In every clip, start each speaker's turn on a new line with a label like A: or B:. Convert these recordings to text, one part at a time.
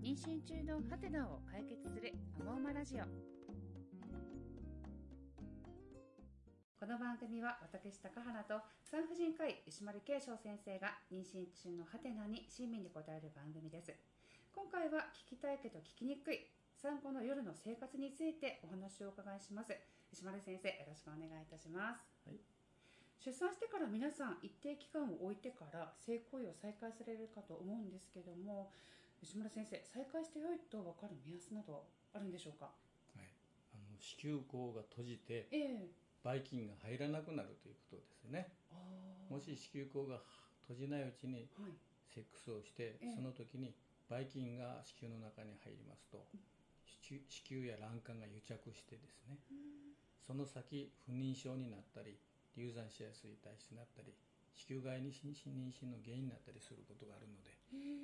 A: 妊娠中のハテナを解決するアマオマラジオこの番組は私高原と産婦人科医石丸慶翔先生が妊娠中のハテナに親身に答える番組です今回は聞きたいけど聞きにくい産後の夜の生活についてお話をお伺いします石丸先生よろしくお願いいたします
B: はい
A: 出産してから皆さん一定期間を置いてから性行為を再開されるかと思うんですけども吉村先生再開して良いと分かる目安などあるんでしょうか
B: はい、あの子宮口が閉じて
A: ええ
B: ばい菌が入らなくなるということですね
A: ああ
B: もし子宮口が閉じないうちに
A: はい
B: セックスをして
A: ええ
B: その時にばい菌が子宮の中に入りますと子宮子宮や卵管が癒着してですねその先不妊症になったり流産しやすい体質になったり子宮外に妊娠妊娠の原因になったりすることがあるので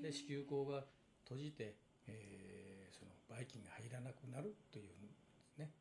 B: で子宮口が閉じて、えーそのばい菌が入らなくなるというんですね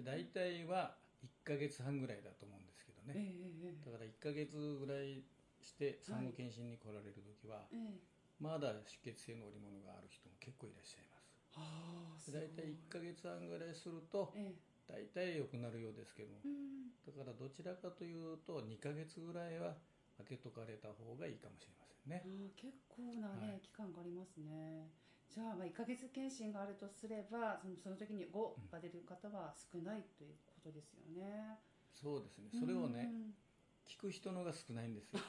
B: で大体は1ヶ月半ぐらいだと思うんですけど
A: ええ
B: ね、だから1ヶ月ぐらいして産後検診に来られる時は、
A: ええええ
B: まだ出血性の織物がある人も結構いらっしゃいます
A: ああ
B: で大体1ヶ月半ぐらいすると
A: え
B: 大体良くなるようですけども
A: えうん
B: だからどちらかというと2ヶ月ぐらいは開けとかれた方がいいかもしれません
A: あ
B: ね、
A: あ結構な、ね
B: はい
A: 期間がありますねじゃあまあ1か月検診があるとすればそのその時に5が出る方は少ないということですよね、
B: そうですねそれを
A: う
B: ね
A: ん
B: 聞く人のが少ないんですよ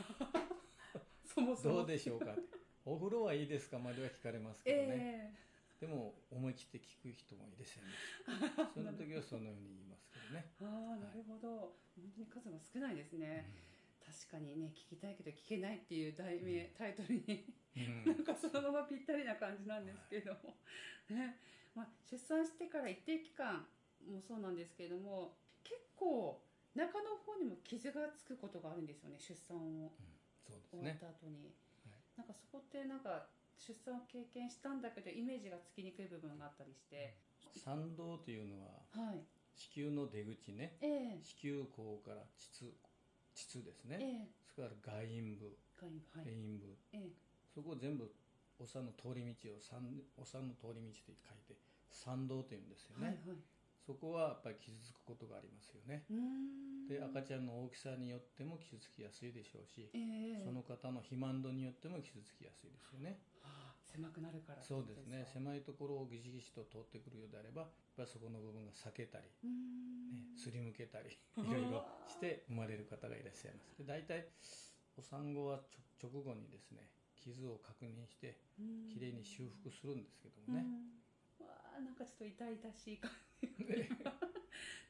A: そも そも
B: どうでしょうかってお風呂はいいですかまでは聞かれますけどね、
A: え
B: でも思い切って聞く人もいらっしゃい ますその時はそのように言いますけどね、
A: えああなるほど、本当に数が少ないですね、確かにね聞きたいけど聞けないっていう題名、タイトルに
B: うん
A: なんかそのままぴったりな感じなんですけれども、ねまあ、出産してから一定期間もそうなんですけれども結構中の方にも傷がつくことがあるんですよね出産を
B: うんそうです
A: 終わっ
B: ね、
A: た後に、
B: はい
A: なんかそこってなんか出産を経験したんだけどイメージがつきにくい部分があったりして、
B: 産道というのは
A: はい
B: 子宮の出口ね
A: ええ
B: 子宮口から膣膣です
A: え
B: ね、
A: え
B: それから外陰部
A: 外部はい
B: 陰陰部
A: ええ
B: そこを全部お産の通り道を産お産の通り道と書いて産道というんですよね、
A: はいはい
B: そこはやっぱり傷つくことがありますよね
A: うーん
B: で赤ちゃんの大きさによっても傷つきやすいでしょうし、
A: ええ
B: その方の肥満度によっても傷つきやすいですよね。
A: はあ狭くなるから
B: そうですね。
A: く
B: 狭いところをギシギシと通ってくるようであれば、やっぱりそこの部分が裂けたり、
A: うーん
B: ね、すりむけたり、い
A: あー
B: ろいろして生まれる方がいらっしゃいます。で、大体、お産後はちょ直後にですね、傷を確認して、
A: うん
B: きれいに修復するんですけども
A: う
B: ね。
A: んわあなんかちょっと痛々しい感 じが、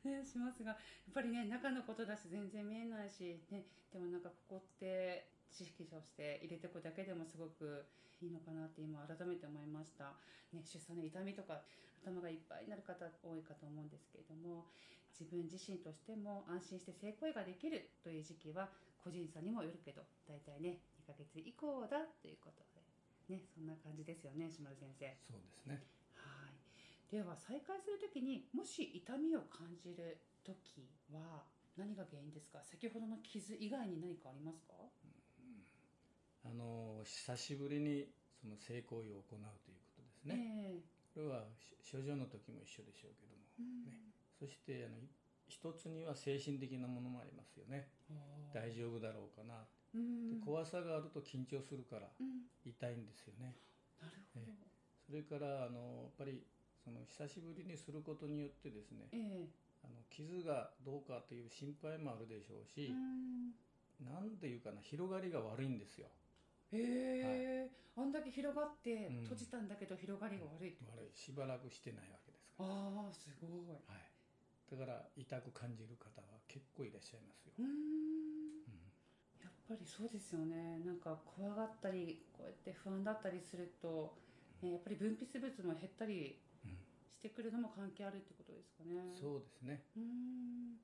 A: ね、しますがやっぱりね中のことだし全然見えないし、ね、でもなんかここって知識として入れておくだけでもすごくいいのかなって今改めて思いました、ね、出産の痛みとか頭がいっぱいになる方多いかと思うんですけれども自分自身としても安心して性行為ができるという時期は個人差にもよるけど大体ね2ヶ月以降だということで、ね、そんな感じですよね島田先生。
B: そうですね。
A: はい、では再開するときにもし痛みを感じるときは何が原因ですか先ほどの傷以外に何かありますか
B: あの、久しぶりにその性行為を行うということですね。
A: ね
B: これはし症状の時も一緒でしょうけども、ね、そしてあのい一つには精神的なものもありますよね
A: えあー
B: 大丈夫だろうかな、
A: うん
B: で怖さがあると緊張するから
A: うん
B: 痛いんですよね、
A: なるほど
B: えそれからあのやっぱりその久しぶりにすることによってですね
A: え
B: あの傷がどうかという心配もあるでしょう
A: え
B: し
A: う、ん
B: なんていうかな広がりが悪いんですよ
A: へえあんだけ広がって
B: うん
A: 閉じたんだけど広がりが悪いってこと
B: 悪い
A: です、
B: しばらくしてないわけですから、
A: ああすごい
B: はい、だから痛く感じる方は結構いらっしゃいますよ、
A: うーんやっぱりそうですよねなんか怖がったりこうやって不安だったりすると、ねやっぱり分泌物も減ったり
B: うん
A: してくるのも関係あるってことですかねう
B: そうですね
A: ーん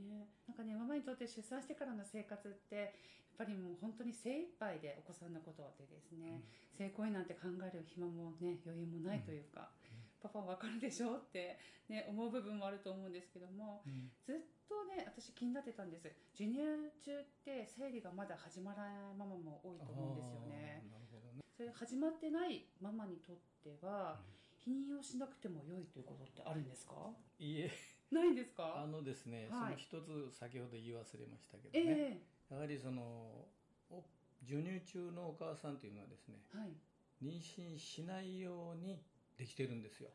A: ね、なんかねママにとって出産してからの生活ってやっぱりもう本当に精一杯でお子さんのことでですね、性行為なんて考える暇もね余裕もないというか、パパわかるでしょって、ね、思う部分もあると思うんですけども、
B: うん
A: ずっとね私気になってたんです授乳中って生理がまだ始まらないママも多いと思うんですよね
B: あーなるほどね。
A: それ始まってないママにとっては避妊をしなくても良いということってあるんですか
B: いいえ
A: ないんです
B: あ
A: か
B: のですね、
A: はい
B: その一つ先ほど言い忘れましたけど
A: え
B: ね、
A: え
B: やはりそのお授乳中のお母さんというのはですね
A: はい
B: 妊娠しないようにできてるんですよ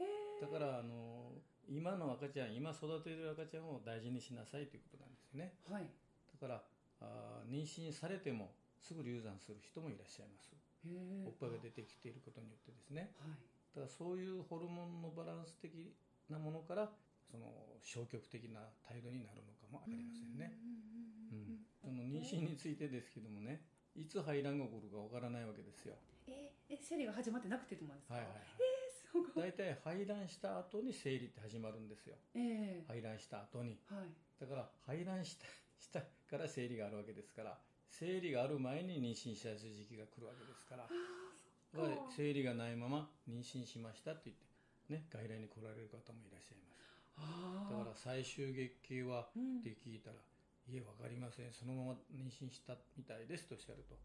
A: へ
B: だからあの今の赤ちゃん今育ててる赤ちゃんを大事にしなさいということなんですね
A: えはい
B: だからあー妊娠されてもすぐ流産する人もいらっしゃいます
A: へえ
B: おっぱいが出てきていることによってですね
A: はい
B: だからそういうホルモンのバランス的なものからその消極的な態度になるのかも分かりませんね
A: う
B: うん
A: うんうん
B: ん
A: う
B: そ
A: ん
B: の妊娠についてですけどもねいつ排卵が起こるかわからないわけですよ
A: ええ生理が始まってなくてでもですか
B: はいはい、
A: え
B: はい
A: えすごい
B: 大体排卵した後に生理って始まるんですよ
A: ええ
B: 排卵した後に
A: はい
B: だから排卵した したから生理があるわけですから生理がある前に妊娠しやすい時期が来るわけですから
A: ああ
B: だから生理がないまま妊娠しましたって言ってね外来に来られる方もいらっしゃいます
A: あ
B: だから最終月経は
A: ら、うん
B: って聞いたら「いえ分かりませんそのまま妊娠したみたいです」とおっしゃると、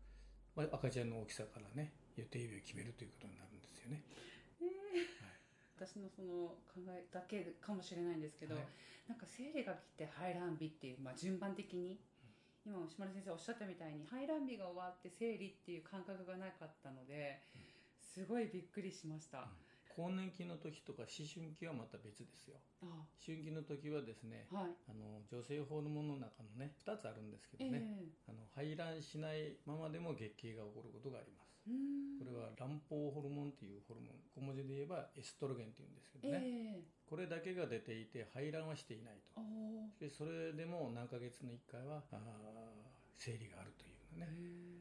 B: まあ、赤ちゃんの大きさからね予定日を決めるということになるんですよね。
A: ええ私のその考えだけかもしれないんですけど、
B: はい
A: なんか生理が来て排卵日っていう、まあ、順番的に、今牛丸先生おっしゃったみたいに排卵日が終わって生理っていう感覚がなかったので、すごいびっくりしました、
B: 更年期の時とか思春期はまた別ですよ
A: あ
B: 思春期の時はですね
A: はい
B: あの女性ホルモンの中のね2つあるんですけど
A: ええ
B: ね、あの排卵しないままでも月経が起こることがあります
A: うーん
B: これは卵胞ホルモンっていうホルモン小文字で言えばエストロゲンっていうんですけど
A: え
B: ね、
A: え
B: これだけが出ていて排卵はしていないと
A: あー
B: でそれでも何ヶ月の1回はあー生理があるというのね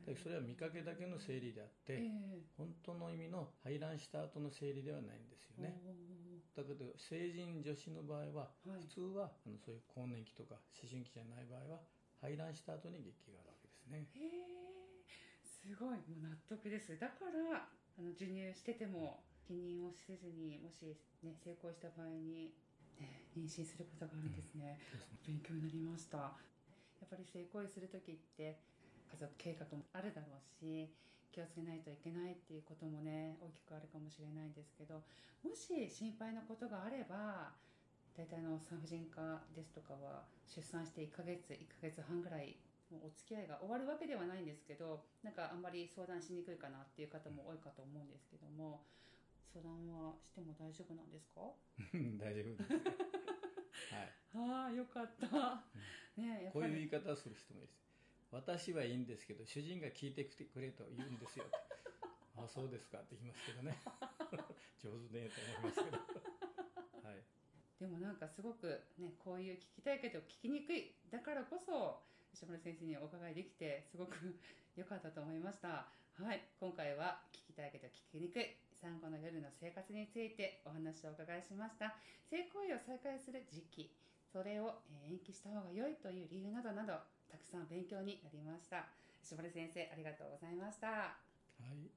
A: へえ
B: でそれは見かけだけの生理であっ
A: え
B: て
A: え
B: 本当の意味の排卵した後の生理ではないんですよねだけど成人女子の場合は
A: おーはい
B: 普通はあのそういう更年期とか思春期じゃない場合は排卵した後に月経があるわけで すね
A: へえすごいもう納得ですだからあの授乳してても避妊をせずにもし、ね、成功した場合に、ね、妊娠することがあるんですね勉強になりましたやっぱり性行為する時って家族計画もあるだろうし気をつけないといけないっていうこともね大きくあるかもしれないんですけどもし心配なことがあれば大体あの産婦人科ですとかは出産して1ヶ月1ヶ月半ぐらいもうお付き合いが終わるわけではないんですけどなんかあんまり相談しにくいかなっていう方も多いかと思うんですけども相談はしても大丈夫なんですか
B: 大丈夫ですはい
A: ああよかった、ねえやっ
B: こう
A: ぱ
B: いう
A: り
B: 言い方をする人もいる私はいいんですけど主人が聞いてくれと言う んですよあそうですかって言いますけどね 上手ねと思いますけど はい
A: でもなんかすごくねこういう聞きたいけど聞きにくいだからこそ吉村先生にお伺いできてすごく良かったと思いましたはい今回は聞きたいけど聞きにくい産後の夜の生活についてお話をお伺いしました性行為を再開する時期それをえー延期した方が良いという理由などなどたくさん勉強になりました吉村先生ありがとうございました
B: はい